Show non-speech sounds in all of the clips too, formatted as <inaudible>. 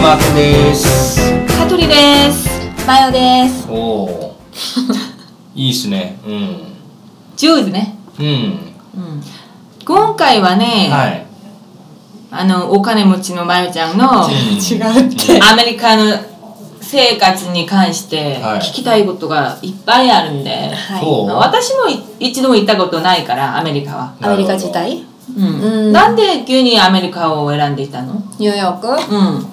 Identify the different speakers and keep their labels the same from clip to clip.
Speaker 1: マートです
Speaker 2: 香取です。
Speaker 3: マヨです。
Speaker 1: おおいいっすねうん
Speaker 2: 上手ね。
Speaker 1: うん
Speaker 2: うん。今回はね、
Speaker 1: はい
Speaker 2: あのお金持ちのまゆちゃんの
Speaker 1: 違
Speaker 3: うって
Speaker 2: アメリカの生活に関して
Speaker 1: はい
Speaker 2: 聞きたいことがいっぱいあるんで、
Speaker 3: はい
Speaker 1: そう
Speaker 2: まあ私もい一度も行ったことないからアメリカは。
Speaker 3: アメリカ自体
Speaker 2: うん。
Speaker 3: うん
Speaker 2: なんで急にアメリカを選んでいたの？
Speaker 3: ニューヨーク
Speaker 2: うん。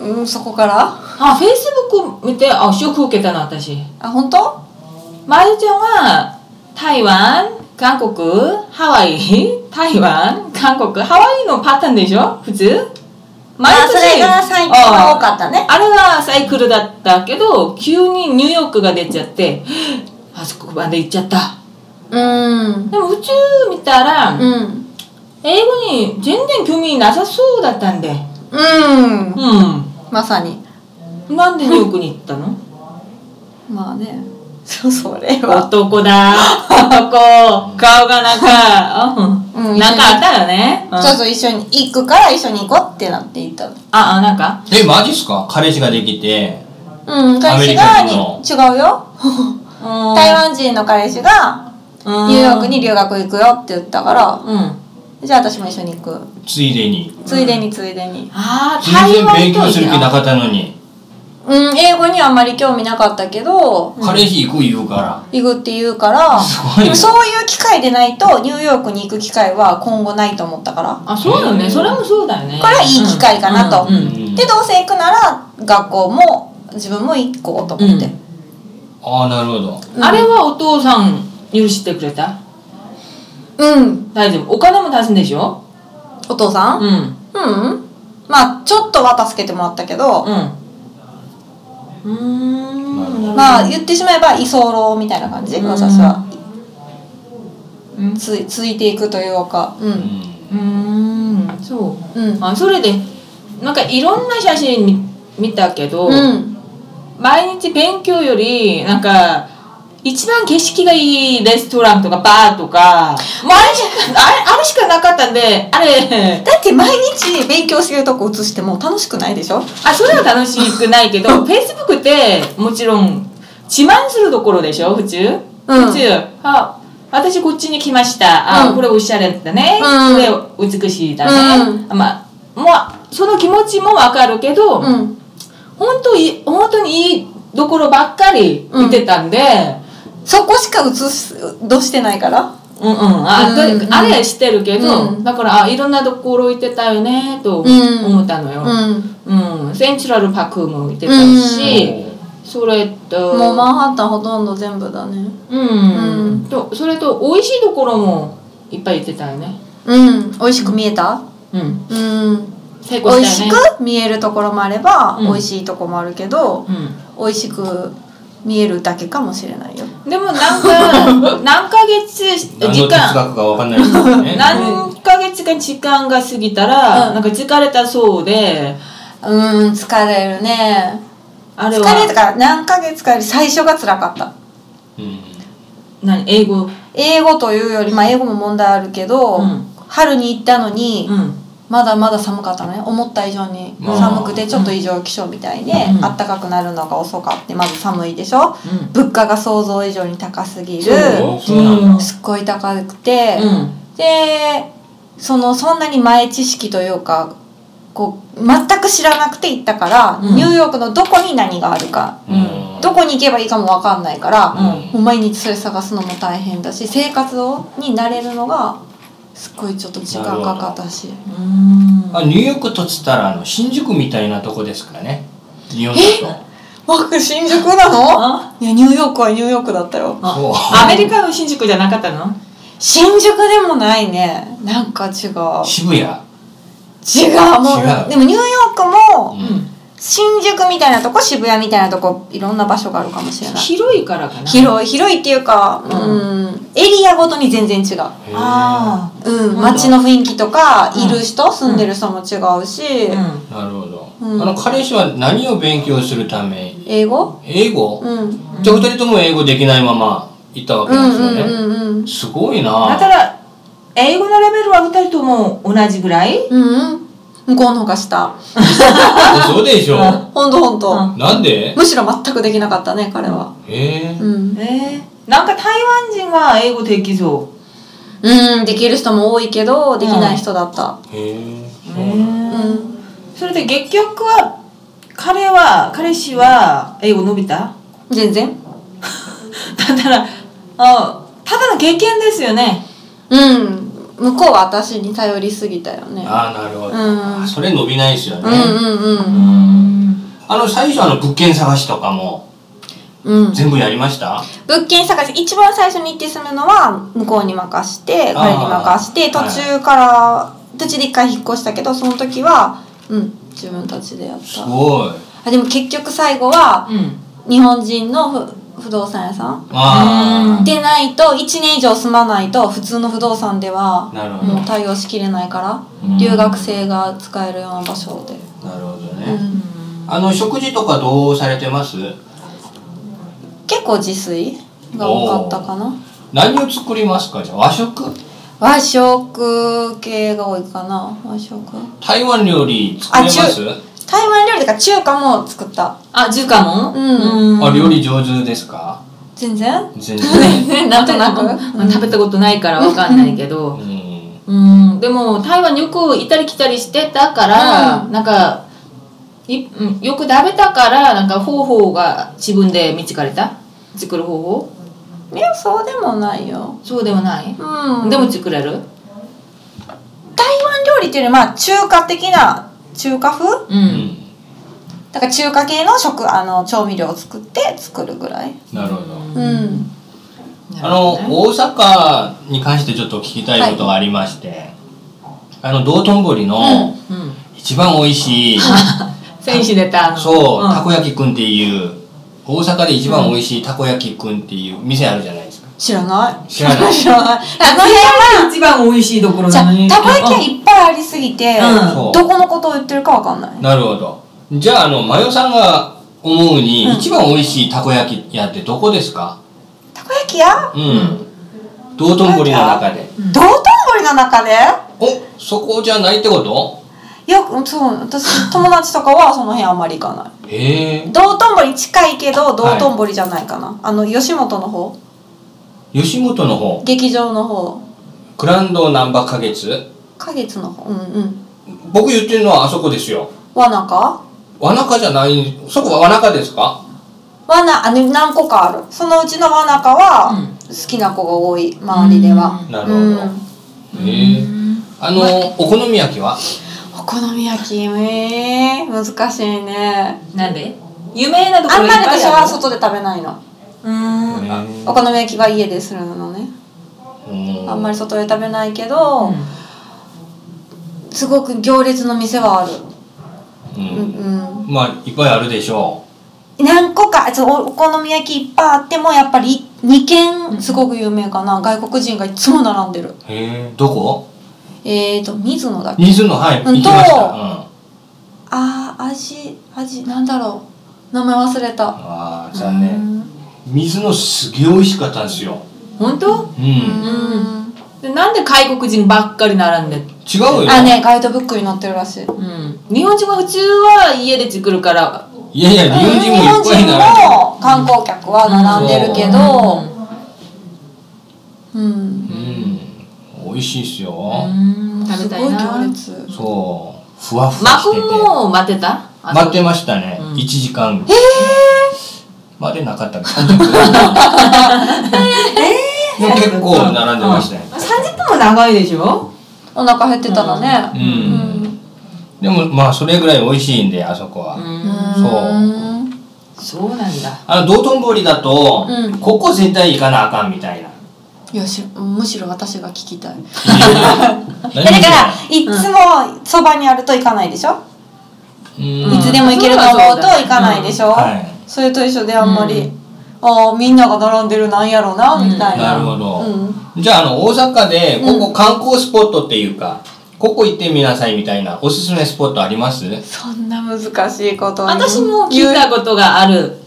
Speaker 3: うん、そこから
Speaker 2: あ、フェイスブック見てあショック受けたの私。
Speaker 3: あ、本当
Speaker 2: まゆちゃんは台湾韓国ハワイ台湾韓国ハワイのパターンでしょ普通毎
Speaker 3: あ、それが最近は多かった
Speaker 2: あ
Speaker 3: ね。
Speaker 2: あれはサイクルだったけど急にニューヨークが出ちゃって <gasps> あそこまで行っちゃった
Speaker 3: うん。
Speaker 2: でも宇宙見たら、
Speaker 3: うん。
Speaker 2: 英語に全然興味なさそうだったんで
Speaker 3: うん。
Speaker 2: う
Speaker 3: まさに。
Speaker 2: んなんでニューヨークに行ったの
Speaker 3: <laughs> まあね。そう、それは。
Speaker 2: 男だ <laughs> 男顔がなんか、う
Speaker 3: <laughs> うん
Speaker 2: ん、なんかあったよね、うん
Speaker 3: そうそう、一緒に行くから一緒に行こうってなっていた。
Speaker 2: あ、あ、なんか
Speaker 1: えマジっすか彼氏ができて
Speaker 3: うん、彼氏
Speaker 1: ア
Speaker 3: が
Speaker 1: メリ
Speaker 3: に、
Speaker 1: カ
Speaker 3: 違う <laughs> よ。台
Speaker 2: 台
Speaker 3: 湾人の彼氏がニューヨークに留学行くよって言ったから、
Speaker 2: うん。
Speaker 3: じゃあ私も一緒に行く。
Speaker 1: ついでに
Speaker 3: ついでについでに。
Speaker 2: あー、
Speaker 1: 全
Speaker 2: 台
Speaker 1: 然
Speaker 2: 湾
Speaker 1: 勉強
Speaker 2: と
Speaker 1: する気なかったのに
Speaker 3: うん、英語にあんまり興味なかったけど、
Speaker 1: 彼氏行く言うから
Speaker 3: 行くって言うから
Speaker 1: すごいね
Speaker 3: でもそういう機会でないとニューヨークに行く機会は今後ないと思ったから
Speaker 2: あ、そうよね。それもそうだよね。
Speaker 3: これはいい機会かなと
Speaker 2: うんう
Speaker 1: うんん
Speaker 3: でどうせ行くなら学校も自分も行こうと思って、
Speaker 2: うん
Speaker 1: ああなるほど
Speaker 3: うん
Speaker 2: あれはお父さん許してくれた
Speaker 3: うん
Speaker 2: 大丈夫。お金も出すんでしょ
Speaker 3: お父さん
Speaker 2: うん。うん。
Speaker 3: うん、まあちょっとは助けてもらったけど、
Speaker 2: うーん。
Speaker 3: ま
Speaker 2: な
Speaker 3: あ
Speaker 2: る
Speaker 3: 言ってしまえば居候みたいな感じ、
Speaker 2: うん
Speaker 3: 私は
Speaker 2: ほど、うん。う
Speaker 3: ついついていくというかう
Speaker 1: うんん
Speaker 2: ーん。そう。
Speaker 3: うん
Speaker 2: あ、それで、なんかいろんな写真見見たけど、
Speaker 3: うん
Speaker 2: 毎日勉強よりなんか一番景色がいいレストランとかバーとかもうあれしかあれあれしかなかったんであれ
Speaker 3: だって毎日勉強してるとこ映しても楽しくないでしょ
Speaker 2: あそれは楽しくない
Speaker 3: <laughs>
Speaker 2: けど Facebook ってもちろん自慢するところでしょ普通、
Speaker 3: うん
Speaker 2: 普通あ私こっちに来ましたあ、
Speaker 3: うん
Speaker 2: これおしゃれだね、
Speaker 3: うん
Speaker 2: これ美しいだね、まあもうその気持ちもわかるけど、
Speaker 3: うん
Speaker 2: 本当い本当にいいところばっかり見てたんで、
Speaker 3: そこしか映すどしてないから
Speaker 2: うんうん、あ,と、
Speaker 3: うんうん
Speaker 2: あれしてるけど、
Speaker 3: うん
Speaker 2: だからあいろんなところ行ってたよねと
Speaker 3: うん
Speaker 2: 思ったのよ、
Speaker 3: うん
Speaker 2: うんセンチュラルパークも行ってたし、それと
Speaker 3: もうマンハッタンほとんど全部だね
Speaker 2: うん、
Speaker 3: うん
Speaker 2: とそれと美味しいところもいっぱい行ってたよね
Speaker 3: うん美味しく見えた
Speaker 2: うん
Speaker 3: うん
Speaker 2: 成
Speaker 3: 美
Speaker 2: 功
Speaker 3: 味
Speaker 2: した
Speaker 3: し
Speaker 2: よね
Speaker 3: く見えるところもあれば、
Speaker 2: うん
Speaker 3: 美味しいとこもあるけど美味しく見えるだけかもしれないよ
Speaker 2: うん、でもなん <laughs> か何ヶ月
Speaker 1: 何の
Speaker 2: 時
Speaker 1: 哲
Speaker 2: 間
Speaker 1: 学かわかんないですよね
Speaker 2: <laughs> 何ヶ月間時間が過ぎたら、
Speaker 3: うん
Speaker 2: なんか疲れたそうで
Speaker 3: うん疲れるね
Speaker 2: あ
Speaker 3: 疲
Speaker 2: れ
Speaker 3: れ
Speaker 2: は
Speaker 3: たから何ヶ月かより最初が辛かった
Speaker 1: うん
Speaker 2: 何英語
Speaker 3: 英語というよりまあ英語も問題あるけど、
Speaker 2: うん
Speaker 3: 春に行ったのに、
Speaker 2: うん
Speaker 3: まだまだ寒かったのね思った以上に
Speaker 1: まあ
Speaker 3: 寒くてちょっと異常気象みたいで、
Speaker 2: うん
Speaker 3: あったかくなるのが遅かってまず寒いでしょ
Speaker 2: うん
Speaker 3: 物価が想像以上に高すぎる
Speaker 1: そうそうなの
Speaker 3: すっごい高くて、
Speaker 2: うん
Speaker 3: でそのそんなに前知識というかこう全く知らなくて行ったから、
Speaker 2: うん
Speaker 3: ニューヨークのどこに何があるか
Speaker 1: うん
Speaker 3: どこに行けばいいかも分かんないから、
Speaker 1: うん
Speaker 3: もう毎日それ探すのも大変だし生活をに慣れるのがすっごいちょっと時間かかったし。
Speaker 2: うん
Speaker 1: あニューヨークとつったらあの新宿みたいなとこですからね日本だ
Speaker 3: 僕新宿なの
Speaker 2: あ
Speaker 3: いやニューヨークはニューヨークだったよ
Speaker 1: とそう
Speaker 2: アメリカの新宿じゃなかったの
Speaker 3: 新宿でもないねなんか違う違うもう
Speaker 1: 渋谷違う
Speaker 3: でもニューヨーク
Speaker 1: う
Speaker 3: も
Speaker 1: ん
Speaker 3: 新宿みたいなとこ渋谷みたいなとこいろんな場所があるかもしれない
Speaker 2: 広いからかな
Speaker 3: 広い広いっていうかうんエリアごとに全然違う
Speaker 2: あ
Speaker 3: うん
Speaker 2: うん
Speaker 3: 街の雰囲気とか
Speaker 2: うん
Speaker 3: いる人住んでる人も違うし
Speaker 2: あうん
Speaker 1: なるほど、
Speaker 3: うん
Speaker 1: あの彼氏は何を勉強するため
Speaker 3: 英語
Speaker 1: 英語、
Speaker 3: うん
Speaker 1: じゃあ二人とも英語できないまま行ったわ
Speaker 3: う
Speaker 1: けで
Speaker 3: ん
Speaker 1: す
Speaker 3: う
Speaker 1: よ
Speaker 3: ん
Speaker 1: ね、
Speaker 3: うんうん
Speaker 1: すごい
Speaker 2: だ
Speaker 1: な
Speaker 2: から英語のレベルは2人とも同じぐらい
Speaker 3: うんうん向こうの方が下
Speaker 1: 嘘でしょ
Speaker 2: うん
Speaker 3: ほんとほんと、
Speaker 2: うん
Speaker 1: なんで
Speaker 3: むしろ全くできなかったね彼は
Speaker 1: えー
Speaker 3: うん、
Speaker 2: えー、なんか台湾人は英語できそ。
Speaker 3: うん、できる人も多いけどできない人だった
Speaker 1: へえそううなんだ
Speaker 3: うん、
Speaker 2: それで結局は彼は彼氏は英語伸びた
Speaker 3: 全然
Speaker 2: だったらあただの経験ですよね
Speaker 3: うん向こうは私に頼りすぎたよね
Speaker 1: ああなるほど、
Speaker 3: うん
Speaker 1: あそれ伸びないですよね、
Speaker 3: うんうん
Speaker 1: うんあの最初あの物件探しとかも
Speaker 3: うんうん
Speaker 1: 全部やりました、
Speaker 3: 物件探し一番最初に行って住むのは向こうに任して
Speaker 1: あー
Speaker 3: 彼に任して途
Speaker 1: はい
Speaker 3: 中から、途中で一回引っ越したけどその時はうん自分たちでやっ
Speaker 1: す
Speaker 3: た
Speaker 1: ごい
Speaker 3: あでも結局最後は
Speaker 2: うん
Speaker 3: 日本人の不不動産屋さん
Speaker 1: あ
Speaker 3: でないと1年以上住まないと普通の不動産では
Speaker 1: あなるほど、
Speaker 3: もう対応しきれないから、
Speaker 1: うん
Speaker 3: 留学生が使えるような場所で、
Speaker 1: なるほど
Speaker 3: う
Speaker 1: ね、
Speaker 3: ん、
Speaker 1: あの食事とかどうされてます
Speaker 3: 結構自炊が多かったかな
Speaker 1: 何を作りますかじゃあ和食
Speaker 3: 和食系が多いかな和食
Speaker 1: 台湾料理作れます
Speaker 3: 台湾料理とか中華も作った
Speaker 2: あ中華も
Speaker 3: うん
Speaker 1: あ料理上手ですか
Speaker 3: 全然
Speaker 1: 全然、
Speaker 2: <laughs>
Speaker 3: なんとなく、
Speaker 2: うん食べたことないからわかんないけ
Speaker 1: う
Speaker 2: ど
Speaker 1: ん、
Speaker 2: うんでも台湾よく行ったり来たりしてたから、
Speaker 3: う
Speaker 2: なんかいうんよく食べたからなんか方法が自分で見つかれた作る方法
Speaker 3: いやそうでもないよ
Speaker 2: そうではない、
Speaker 3: うん
Speaker 2: で
Speaker 3: でも
Speaker 2: も作れる
Speaker 3: 台湾料理っていうよりまあ中華的な中華風
Speaker 2: う、
Speaker 1: うんん、
Speaker 3: だから中華系の食あの調味料を作って作るぐらい
Speaker 1: なるほど
Speaker 3: うん
Speaker 1: あの、大阪に関してちょっと聞きたいことがありまして、あの道頓堀の
Speaker 2: うん、
Speaker 1: 一番美味しい、 <laughs>
Speaker 2: 選手出たあの
Speaker 1: そう、
Speaker 2: ん
Speaker 1: たこ焼きくんっていう大阪で一番美味しいたこ焼きくんっていう店あるじゃないですか
Speaker 3: 知らない
Speaker 1: 知ら <laughs> ない
Speaker 3: 知らないあの辺
Speaker 2: が一番美味しいところ
Speaker 3: じゃ
Speaker 2: なのに
Speaker 3: あたこ焼きはいっぱいありすぎて、
Speaker 2: うん
Speaker 1: そう
Speaker 3: どこのことを言ってるかわかんない
Speaker 1: なるほどじゃああのマヨさんが思うに、一番美味しいたこ焼き屋ってどこですか
Speaker 3: たこ焼き屋
Speaker 1: うん、道頓堀の中で
Speaker 3: 道頓堀の中で
Speaker 1: おそこじゃないってこと
Speaker 3: よくそう私友達とか
Speaker 2: <laughs>
Speaker 3: はその辺あんまり行かない
Speaker 1: へえ
Speaker 3: 道頓堀近いけど道頓堀じゃないかな、あの吉本の方
Speaker 1: 吉本の方
Speaker 3: 劇場の方
Speaker 1: グランドなんば花月
Speaker 3: 花月の方うんうん
Speaker 1: 僕言ってるのはあそこですよ
Speaker 3: わなか
Speaker 1: わなかじゃないそこはわなかですか
Speaker 3: わなあの何個かあるそのうちのわなか
Speaker 2: う
Speaker 3: は
Speaker 2: ん
Speaker 3: 好きな子が多い周りでは
Speaker 1: な
Speaker 3: う
Speaker 1: るほど、
Speaker 3: ん、
Speaker 1: へえあのお好み焼きは
Speaker 3: お好み焼きえー、難しいね
Speaker 2: なんで有名なとこ
Speaker 3: あ
Speaker 2: ろ
Speaker 3: ん
Speaker 2: いっ
Speaker 3: ま
Speaker 2: ぱい
Speaker 3: り
Speaker 2: ある
Speaker 3: 私は外で食べないの
Speaker 2: うーん
Speaker 3: お好み焼きは家でするのねあんまり外で食べないけど、すごく行列の店はある、
Speaker 1: り、う
Speaker 3: うんん
Speaker 1: まあいっぱいあるでしょ
Speaker 3: うん、何個かちょおお好み焼きいっぱいあってもやっぱり2軒すごく有名かな、外国人がいつも並んでる
Speaker 1: うへえどこ
Speaker 3: えーと水野だっけ
Speaker 1: 水野はい
Speaker 3: うん
Speaker 1: 行きました、うん
Speaker 3: と、あー味味なんだろう名前忘れた
Speaker 1: あー残念水野すげえ美味しかったんですよ
Speaker 2: 本当
Speaker 1: うん、
Speaker 3: うん
Speaker 1: 違
Speaker 3: うん
Speaker 2: でなんで外国人ばっかり並んで
Speaker 1: うよ
Speaker 3: あねガイドブックに載ってるらしい
Speaker 2: うん日本人は普通は家で作るから
Speaker 1: いやいや日本人もいっぱい並んで
Speaker 3: 日本人も観光客は並んでるけどうん
Speaker 1: るうん美味しいっすよ、
Speaker 2: うん食べたい
Speaker 3: すごい
Speaker 2: な
Speaker 3: 行列
Speaker 1: そうふわふわ
Speaker 2: マ
Speaker 1: してて
Speaker 2: クも待ってたあの
Speaker 1: 待ってましたね、
Speaker 2: うん
Speaker 1: 1時間までなかったけど30分でも結構並んでましたね、
Speaker 2: 30分も長いでしょ
Speaker 3: お腹減ってたらね
Speaker 1: うんでもまあそれぐらい美味しいんであそこは、
Speaker 2: うん
Speaker 3: そう
Speaker 2: そうなんだ
Speaker 1: あの道頓堀だと、
Speaker 3: うん
Speaker 1: ここ絶対行かなあかんみたい
Speaker 3: <laughs>
Speaker 1: な
Speaker 3: いやしむしろ私が聞きたい
Speaker 1: 何
Speaker 3: だ
Speaker 1: そ
Speaker 3: か
Speaker 1: れ
Speaker 3: らいつもそばにあると行かないでしょ、
Speaker 1: うん
Speaker 3: いつでも行けると思うと行かないでしょ、
Speaker 1: はい
Speaker 3: それと一緒であんまり、
Speaker 2: う
Speaker 3: ああみんなが並んでるなんやろうな、みたい
Speaker 1: な
Speaker 3: な
Speaker 1: るほど、
Speaker 3: うん
Speaker 1: じゃああの大阪でここ観光スポットっていうか、ここ行ってみなさいみたいなおすすめスポットありますうん
Speaker 3: そんな難しいことに
Speaker 2: 私も聞いたことがある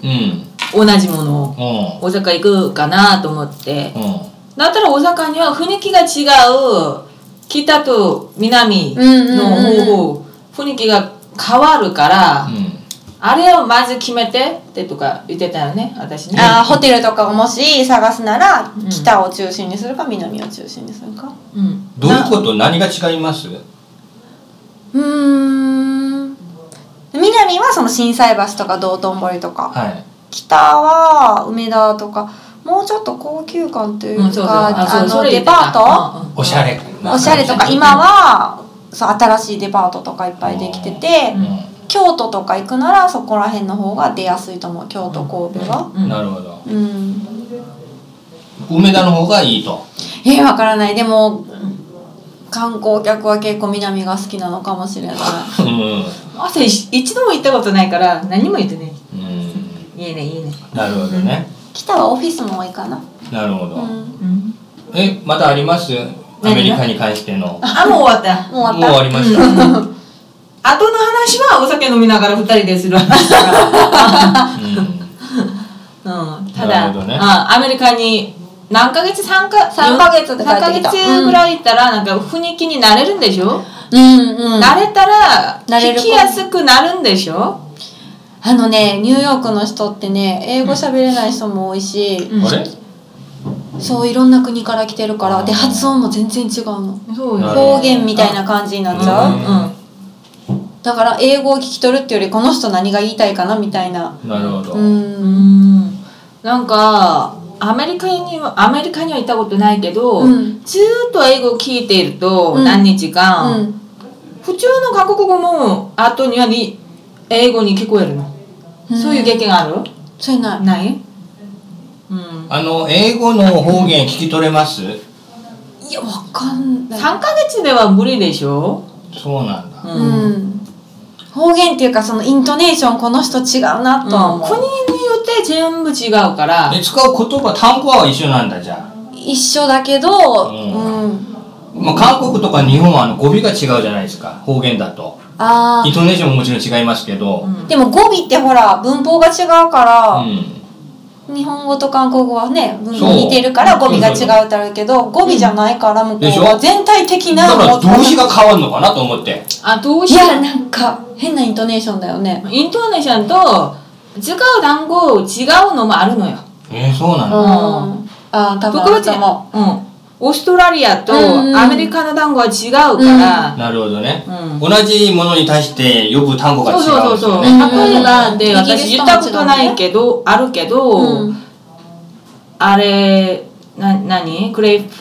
Speaker 1: う
Speaker 2: 同じものを
Speaker 1: ん
Speaker 2: 大阪行くかなと思って
Speaker 1: うん
Speaker 2: だったら大阪には雰囲気が違う北と南
Speaker 3: うんうんうん
Speaker 2: の方法雰囲気が変わるから、
Speaker 1: うん
Speaker 2: あれをまず決めてってとか言ってたよね私ね
Speaker 3: あーホテルとかをもし探すなら、
Speaker 2: うん
Speaker 3: 北を中心にするか南を中心にするか
Speaker 2: うん
Speaker 1: どういうこと何が違います
Speaker 3: うーん南はその心斎橋とか道頓堀とか
Speaker 1: はい
Speaker 3: 北は梅田とかもうちょっと高級感というか、
Speaker 2: うんそうそう
Speaker 3: あ
Speaker 2: あそうそ
Speaker 3: の
Speaker 2: れ言
Speaker 3: デ
Speaker 2: ってた
Speaker 3: パー
Speaker 2: うんうん
Speaker 1: おしゃれ
Speaker 3: トおしゃれとか今はそう新しいデパートとかいっぱいできてて、
Speaker 2: うん
Speaker 3: 京都とか行くならそこら辺の方が出やすいと思う京都神戸は。
Speaker 1: うん
Speaker 2: うん
Speaker 1: なるほど
Speaker 3: うん
Speaker 1: 梅田の方がいいと
Speaker 3: えー、わからないでも観光客は結構南が好きなのかもしれない
Speaker 1: うん
Speaker 2: 朝一一度も行ったことないから何も言ってね
Speaker 1: うん
Speaker 2: いいねいいね
Speaker 1: なるほどね
Speaker 3: 北はオフィスも多いかな、
Speaker 1: なるほ
Speaker 3: う
Speaker 1: ど
Speaker 3: ん、
Speaker 2: うん
Speaker 1: えまたありますアメリカに関しての
Speaker 2: あもう終わった
Speaker 3: もう
Speaker 1: もう
Speaker 3: 終
Speaker 1: 終
Speaker 3: わ
Speaker 1: わ
Speaker 3: っ
Speaker 1: りました
Speaker 2: 後の話はお酒飲みながら二人です
Speaker 3: <laughs>
Speaker 2: る話だ
Speaker 1: うん
Speaker 2: から、うん、
Speaker 1: な
Speaker 2: た
Speaker 1: る
Speaker 2: だ、
Speaker 1: ほどね
Speaker 2: あアメリカに何ヶ月3か
Speaker 3: 三ヶ月で帰ってきた
Speaker 2: 3ヶ月ぐらい行ったらなんか雰囲気になれるんでしょ、
Speaker 3: たうんうん
Speaker 2: 慣れたら
Speaker 3: 慣れる
Speaker 2: 聞きやすくなるんでしょ、
Speaker 3: あのねニューヨークの人ってね英語喋れない人も多いし、
Speaker 2: うん
Speaker 1: あれ
Speaker 3: そういろんな国から来てるからで
Speaker 1: あー
Speaker 3: 発音も全然違うの
Speaker 2: そう
Speaker 1: なるほど
Speaker 3: 方言みたいな感じになっちゃう、
Speaker 1: ん
Speaker 3: だから英語を聞き取るっていうよりこの人何が言いたいかなみたいな
Speaker 1: なるほど
Speaker 3: う
Speaker 1: うん
Speaker 2: うん
Speaker 3: ん
Speaker 2: うんなんかアメリカにはアメリカには行ったことないけど、
Speaker 3: うん
Speaker 2: ずーっと英語を聞いていると、
Speaker 3: うん
Speaker 2: 何日間、
Speaker 3: うん
Speaker 2: 普通の韓国語も後にはに英語に聞こえるの、そういう経験がある
Speaker 3: そういうのある
Speaker 2: ないうん
Speaker 1: あの英語の方言聞き取れます
Speaker 3: いやわかんない
Speaker 2: 3ヶ月では無理でしょ
Speaker 1: そうなんだ
Speaker 2: う
Speaker 3: うん、方言っていうかそのイントネーションこの人違うなとは
Speaker 2: うん国
Speaker 3: 思う、
Speaker 2: によって全部違うから
Speaker 1: で使う言葉単語は一緒なんだじゃあ
Speaker 3: 一緒だけど、
Speaker 1: う
Speaker 3: うんん
Speaker 1: まあ、韓国とか日本はあの語尾が違うじゃないですか方言だと
Speaker 3: あ
Speaker 1: イントネーションももちろん違いますけど、
Speaker 2: うん
Speaker 3: ーでも語尾ってほら文法が違うか
Speaker 1: う
Speaker 3: ら、日本語と韓国語はね文
Speaker 1: そう
Speaker 3: 法似てるから語尾が違うってあるけど語尾じゃないからもうこ
Speaker 1: でしょ
Speaker 3: う全体的
Speaker 1: ん、
Speaker 3: な
Speaker 1: だから
Speaker 3: もう
Speaker 1: 動詞が変わるのかなと思って
Speaker 2: あどう
Speaker 3: い
Speaker 2: しよ
Speaker 3: やなんか変なイントネーションだよね
Speaker 2: うイントネーションと違う単語違うのもあるのよ
Speaker 1: えー、そうな
Speaker 3: うん
Speaker 1: の、
Speaker 3: ああー多分あると思
Speaker 2: うんオーストラリアと
Speaker 3: うん
Speaker 2: アメリカの単語は違うから、
Speaker 1: なるほどね、
Speaker 2: うん
Speaker 1: 同じものに対して呼ぶ単語が違う
Speaker 2: そ
Speaker 1: ん
Speaker 2: う
Speaker 1: です
Speaker 2: そう
Speaker 1: よ
Speaker 2: そ
Speaker 1: ね
Speaker 2: うそう。
Speaker 3: うん
Speaker 2: 例えば
Speaker 3: う
Speaker 2: で
Speaker 3: ん
Speaker 2: 私言ったことないけどあるけ
Speaker 3: う、
Speaker 2: ど、
Speaker 3: うん、
Speaker 2: あれな何クレープ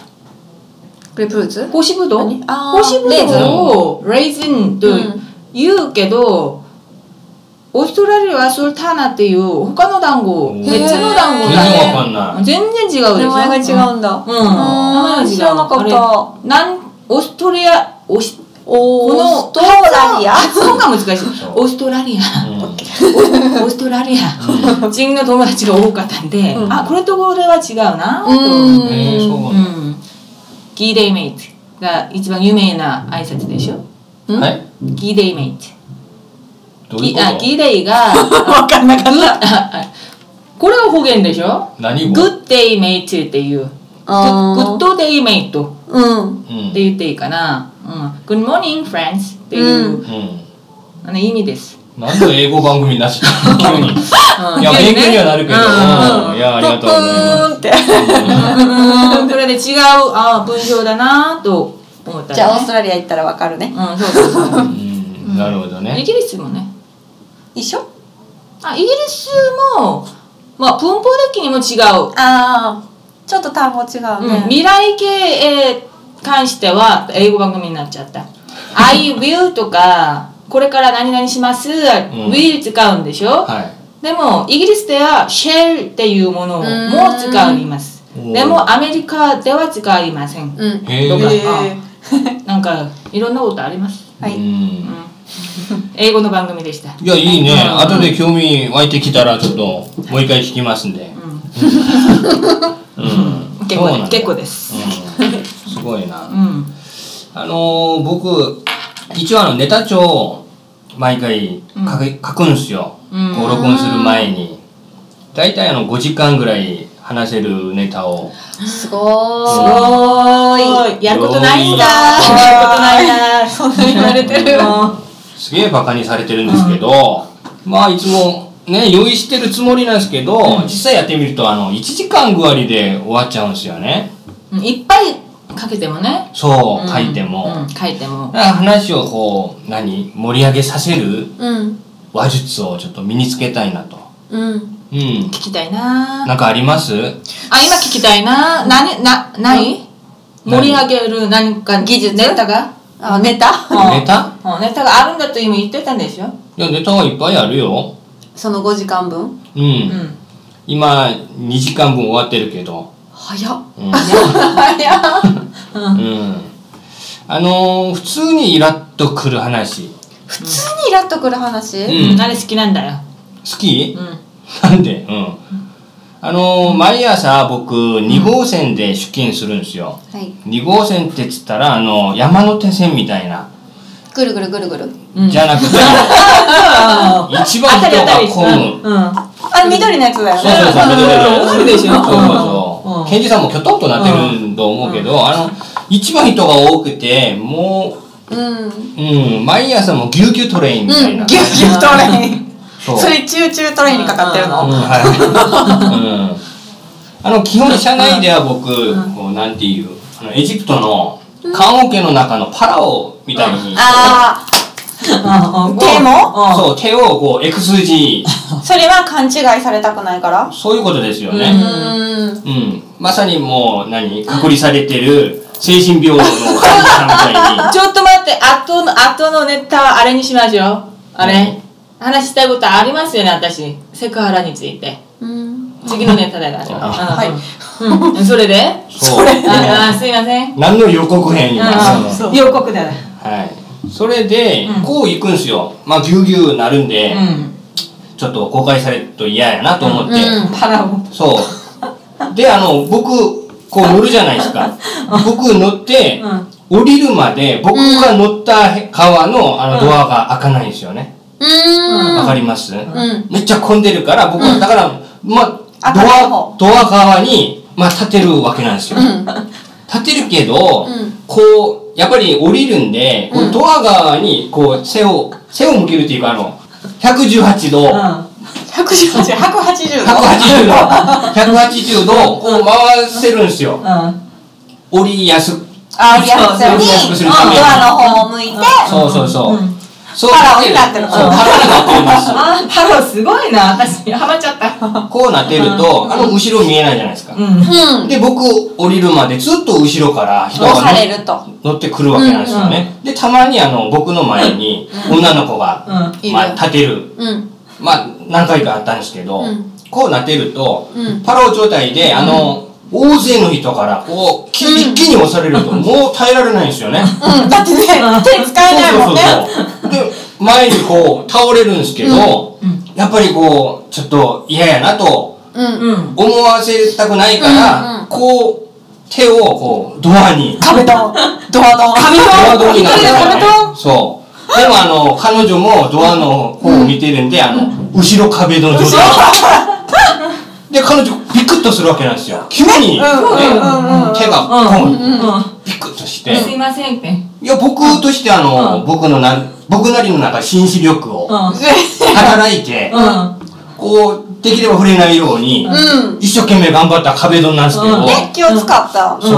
Speaker 3: グレープフルーツ
Speaker 2: 干しぶどう
Speaker 3: 何あー
Speaker 2: 干しぶ
Speaker 3: レーズン
Speaker 2: どうをレーズンと
Speaker 3: うん
Speaker 2: 言うけど、オーストラリアはソルターナっていう他の団子
Speaker 1: へー
Speaker 2: 別の団子
Speaker 1: 全
Speaker 2: だ
Speaker 1: 然わ
Speaker 2: ね
Speaker 1: かんない、
Speaker 2: 全然違うでし
Speaker 3: 名
Speaker 2: ょ
Speaker 3: 前が違うんだ、
Speaker 2: うん、
Speaker 3: う
Speaker 2: 名前が違
Speaker 3: ーん
Speaker 2: う
Speaker 3: 知らなかった
Speaker 2: あれなんオーストリアオシ
Speaker 3: オ
Speaker 2: この
Speaker 3: ーストラリア
Speaker 2: 発音が難しい
Speaker 1: そう
Speaker 2: オーストラリ
Speaker 3: <laughs>
Speaker 2: ア
Speaker 1: うん
Speaker 2: オーストラリア人の友達が多かったんで、
Speaker 3: うん
Speaker 2: あこれとこれは違うなと、
Speaker 3: うん
Speaker 1: えー、そう
Speaker 2: う
Speaker 1: なん
Speaker 2: んギーデイメイトが一番有名な挨拶でしょ
Speaker 1: だ、え
Speaker 2: ギーデイメイト
Speaker 1: どういう
Speaker 2: ギ
Speaker 1: こ
Speaker 2: あ
Speaker 1: と
Speaker 2: ギーデイ
Speaker 3: <laughs>
Speaker 2: が
Speaker 3: わかんなかっ
Speaker 2: グッああこれは方言でしょ
Speaker 1: 何語
Speaker 2: グッデイメイトっていうグ
Speaker 3: あー
Speaker 2: ッドデイメイト
Speaker 3: た。うん。
Speaker 1: う
Speaker 2: っ
Speaker 1: ん
Speaker 2: て言っていいかな、うん、Good morning friends っていう、
Speaker 3: う
Speaker 1: うん
Speaker 2: あの意味です、
Speaker 1: 何の英語番組になっちゃったの
Speaker 2: <laughs>
Speaker 1: 急に
Speaker 2: うん
Speaker 1: いや
Speaker 2: ね
Speaker 1: 勉強にはなるけど、
Speaker 2: うん
Speaker 1: うんいやありがとうござい
Speaker 3: ーんって。
Speaker 1: ます、
Speaker 2: うん <laughs> それで違うあ文章だなと思った
Speaker 3: じゃあ、オー
Speaker 2: ら、
Speaker 3: スト
Speaker 2: ね、
Speaker 3: ラリア行ったらわかるね。
Speaker 2: うんそうそうそう
Speaker 1: <laughs> うんうん、なるほど
Speaker 2: イ
Speaker 1: ね
Speaker 2: ギリスもね
Speaker 3: 一緒
Speaker 2: あイギリスもまあ文法的にも違う、
Speaker 3: ああ、ちょっと単語違う
Speaker 2: うん、
Speaker 3: ね。
Speaker 2: 未来形へ関しては英語番組になっちゃ
Speaker 3: <laughs>
Speaker 2: った「I will」とか「これから何々します」will」使うんでしょ、
Speaker 1: はい
Speaker 2: でもイギリスでは「shall」っていうものをも使います
Speaker 1: うん
Speaker 2: でもアメリカでは使いません
Speaker 3: うん。
Speaker 1: へ
Speaker 2: どうか
Speaker 1: え、
Speaker 3: へー
Speaker 2: なんかいろんなことあります、
Speaker 3: は
Speaker 1: う
Speaker 3: い。
Speaker 1: ん
Speaker 2: うん、英語の番組でした
Speaker 1: いや、いいね。
Speaker 2: うん
Speaker 1: 後で興味湧いてきたら、ちょっと、もう一回聞きますんで。うん。
Speaker 2: <laughs> 結
Speaker 1: そうなん
Speaker 2: 構
Speaker 1: だ
Speaker 2: 結構で。す
Speaker 1: うんすごいうな。
Speaker 2: ん
Speaker 1: あのー、僕、一応あの、ネタ帳を毎回書く、書くんすよ。
Speaker 2: うん
Speaker 1: こう、録音する前に。大体あの、5時間ぐらい話せるネタを。
Speaker 3: すご
Speaker 2: す
Speaker 3: ーい。
Speaker 2: ごーいやることないんだやることないな
Speaker 3: そんな言われてるよ。
Speaker 1: すげえバカにされてるんですけど、まあいつもね、用意してるつもりなんですけど、
Speaker 2: うん
Speaker 1: 実際やってみると、あの、1時間ぐわりで終わっちゃうんですよね。
Speaker 2: うんいっぱいかけてもね。
Speaker 1: そうう、
Speaker 2: ん
Speaker 1: 書いても。
Speaker 2: うん書いても。
Speaker 1: だから話をこう、何、盛り上げさせる
Speaker 3: うん
Speaker 1: 話術をちょっと身につけたいなと。
Speaker 3: うん
Speaker 1: うん
Speaker 2: 聞。きたいな
Speaker 1: なんかあります
Speaker 2: あ、今聞きたいな何、な、ない盛り上げる何か技術ネタが
Speaker 3: あネタ
Speaker 1: ネタ
Speaker 2: うんネタがあるんだと今言ってたんでしょ
Speaker 1: いや、ネタはいっぱいあるよ。
Speaker 3: <laughs> その5時間分
Speaker 1: うん。
Speaker 2: うん。
Speaker 1: 今、2時間分終わってるけど。
Speaker 3: 早っ
Speaker 1: うん。
Speaker 3: 早っ
Speaker 1: うんあのー、普通にイラッとくる話。
Speaker 3: 普通にイラッとくる話、
Speaker 1: うん
Speaker 2: うん。誰好きなんだよ。
Speaker 1: 好き
Speaker 2: うん。
Speaker 1: なんでうん。あのー、毎朝僕、2号線で出勤するんですよ。
Speaker 3: はい
Speaker 1: 2号線って言ったら、あのー、山手線みたいな。
Speaker 3: ぐるぐるぐるぐる
Speaker 2: うん
Speaker 1: じゃなくて、
Speaker 2: <laughs>
Speaker 1: 一番
Speaker 2: 当たり
Speaker 1: 人
Speaker 2: 当
Speaker 1: が
Speaker 2: たり
Speaker 1: 混む。
Speaker 2: うん。
Speaker 3: あ緑のやつだよ
Speaker 1: そう
Speaker 3: ね
Speaker 1: そうそう、
Speaker 2: うんでしょ
Speaker 1: そうそう
Speaker 2: う
Speaker 1: そ
Speaker 2: ん
Speaker 1: う。ケンジさんもきょとんとなってると思うけど、あの、一番人が多くて、も
Speaker 3: うん
Speaker 1: う、うん、毎朝もうぎゅうぎゅうトレインみたいな。
Speaker 3: うんギュッギュットレイン
Speaker 1: そう
Speaker 3: それチューチュートレインにかかってる
Speaker 1: うん
Speaker 3: の
Speaker 1: はい。うん。 <laughs> あの、基本、社内では僕、こう、なんていう、あの、エジプトの、棺桶の中のパラオみたいに、
Speaker 3: あ
Speaker 2: うんうん
Speaker 3: で
Speaker 2: う
Speaker 3: も
Speaker 2: ん
Speaker 1: そう、手をこう、X 字、
Speaker 3: あそれは勘違いされたくないから
Speaker 1: そういうことですよ
Speaker 3: う
Speaker 1: ね。
Speaker 3: ん
Speaker 1: うん。まさにもう、何隔離されてる、精神病の患者さんみたいに。
Speaker 2: ちょっと待って、後の、後のネタはあれにしましょう。あれ、話したいことありますよね、私。セクハラについて。
Speaker 3: うん
Speaker 2: 次のネタで出しょう。
Speaker 1: あ
Speaker 2: は
Speaker 3: はい
Speaker 2: い。うん、それで
Speaker 1: そう。
Speaker 2: ああ、すいません。
Speaker 1: 何の予告編今。
Speaker 2: あ
Speaker 1: は
Speaker 2: あ予告だね。
Speaker 1: い。それで、こう行くんすよ。まあ、ぎゅうぎゅうなるんで、
Speaker 2: う
Speaker 1: ちょっと公開されると嫌やなと思って、
Speaker 3: うん
Speaker 2: ん。パラオ。
Speaker 1: そう。で、あの、僕、こう乗るじゃないですか。僕乗って、
Speaker 2: うん。
Speaker 1: 降りるまで僕が乗った川のあのドアが開かないんですよね。
Speaker 3: うん
Speaker 1: わ、かります、
Speaker 3: ん
Speaker 1: めっちゃ混んでるから、僕は、だから、まあ、
Speaker 3: 開
Speaker 1: ド
Speaker 3: かない
Speaker 1: ア
Speaker 3: 方、
Speaker 1: ドア側に、まあ、立てるわけなんですよ。
Speaker 3: うん
Speaker 1: 立てるけど、
Speaker 3: うん
Speaker 1: こう、やっぱり降りるんで、こう
Speaker 3: うん
Speaker 1: ドア側に、こう、背を、背を向けるっていうか、あの、118度、180
Speaker 3: 180 180度
Speaker 1: 度、180度、こう回せるんですよ。
Speaker 2: うん。
Speaker 1: 降りやすく。
Speaker 3: あーリアクションに
Speaker 1: そうそう
Speaker 3: ド
Speaker 1: そう
Speaker 3: アの方を向いて
Speaker 1: そうそうそう。そう
Speaker 3: パラオに
Speaker 1: な
Speaker 3: な
Speaker 1: っ
Speaker 3: ってて
Speaker 1: る。
Speaker 3: る
Speaker 1: そう、パラオになってるんですよ。
Speaker 2: あ、ハローすごいな。私、ハマっちゃった。
Speaker 1: こうなってると、あの、後ろ見えないじゃないですか。
Speaker 2: うん。
Speaker 3: うん
Speaker 1: で、僕、降りるまでずっと後ろから人が
Speaker 3: 押さ
Speaker 1: 乗っ
Speaker 3: れると
Speaker 1: 乗ってくるわけなんですよね。で、たまに、あの、僕の前に、女の子が、
Speaker 2: うん。
Speaker 3: いる
Speaker 1: まあ、立てる。
Speaker 3: うん
Speaker 1: まあ、何回かあったんですけど
Speaker 3: うん、
Speaker 1: こうなってると
Speaker 3: うん、
Speaker 1: パラオ状態で、あの、大勢の人から、こう、き一気に押され
Speaker 3: <laughs>
Speaker 1: ると、もう耐えられないんですよね。
Speaker 3: うんだってね手
Speaker 1: そうそうそう
Speaker 3: 使えないもんね
Speaker 1: そう。で、前にこう、倒れるんですけど、
Speaker 2: うん
Speaker 1: やっぱりこう、ちょっと嫌やなと
Speaker 3: うん
Speaker 2: うん。
Speaker 1: 思わせたくないから、
Speaker 3: うんうん
Speaker 1: こう、手をこう、ドアに、
Speaker 3: 壁ドンドアドン
Speaker 1: ドアドンになって
Speaker 3: 一人で壁ド
Speaker 1: ね。そう。でもあの、彼女もドアの方を見てるんで、あの、後ろ壁ドン状態。で、彼女ビクッとするわけなんですよ。急に、ね
Speaker 3: うんうんうん
Speaker 1: 手がポン、
Speaker 2: う
Speaker 1: ビクッとして。
Speaker 2: ん。すいませんって。
Speaker 1: いや、僕としてあの、僕のな、僕なりのなんか紳士力を
Speaker 2: うん。
Speaker 1: 働いて、
Speaker 2: う
Speaker 1: こう、できれば触れないように、
Speaker 3: うん
Speaker 1: 一生懸命頑張った壁ドンなんですけど、
Speaker 2: うん
Speaker 3: ね気を使った
Speaker 1: そ
Speaker 2: ん。
Speaker 1: う、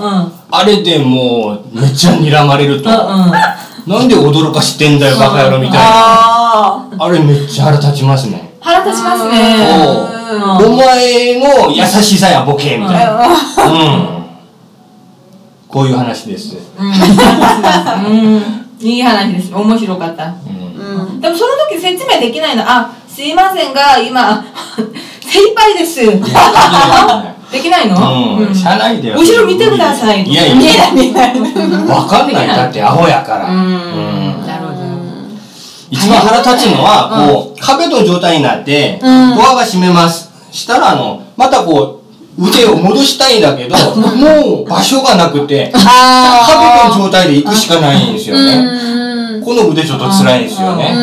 Speaker 2: うん。
Speaker 1: あれでもう、めっちゃ睨まれると、なんで驚かしてんだよ、バカ野郎みたいな。
Speaker 3: あ
Speaker 1: あれめっちゃ腹立ちますね。
Speaker 2: 腹立ちますね。
Speaker 3: あ
Speaker 1: お前の優しさやボケ、みたいな。うん。こういう話です。
Speaker 2: <laughs> うん。いい話です。面白かった。
Speaker 1: うん。
Speaker 3: うん
Speaker 2: でもその時説明できないの。あ、すいませんが、今、 <laughs> 精一杯です。できないの
Speaker 1: うん、社内では
Speaker 2: 後ろ見てください。
Speaker 1: いやい
Speaker 2: 見え
Speaker 1: や
Speaker 2: ない、見えない。
Speaker 1: わかんない。だって青やから。
Speaker 2: ん
Speaker 1: うん
Speaker 2: なるほど。
Speaker 1: 一番腹立つのは、こう、壁の状態になって、ド
Speaker 3: ん
Speaker 1: アが閉めます。したら、あの、またこう、腕を戻したいんだけど、もう場所がなくて、壁の状態で行くしかないんですよね。
Speaker 3: うん
Speaker 1: この腕ちょっと辛いですよね。
Speaker 2: う
Speaker 1: う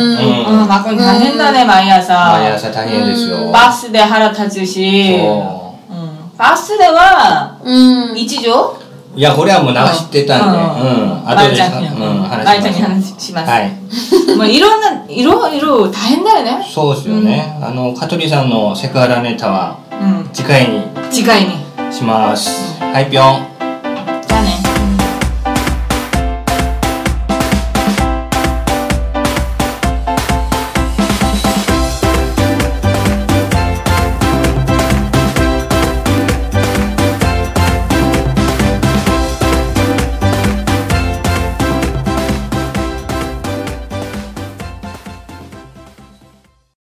Speaker 1: ん
Speaker 2: あ、。まこに大変だね、毎朝。
Speaker 1: 毎朝大変ですよ。
Speaker 2: バスで腹立つし、
Speaker 1: そう
Speaker 2: うんバスでは
Speaker 3: うん
Speaker 2: 一条
Speaker 1: いや、これはもう流してたんで、うん。
Speaker 2: バ
Speaker 1: 後
Speaker 2: イ
Speaker 1: で
Speaker 2: ちゃんに、
Speaker 1: うん、
Speaker 2: バイちゃん
Speaker 1: 話
Speaker 2: に
Speaker 1: し
Speaker 2: 話し
Speaker 1: ま。
Speaker 2: ますす。
Speaker 1: はい。
Speaker 2: もういろんな、いろいろ大変だよね。
Speaker 1: そうですよね。あの、香取さんのセクハラネタは、
Speaker 2: うん。
Speaker 1: 次回に
Speaker 2: 次回に。
Speaker 1: します。はい、ぴょん。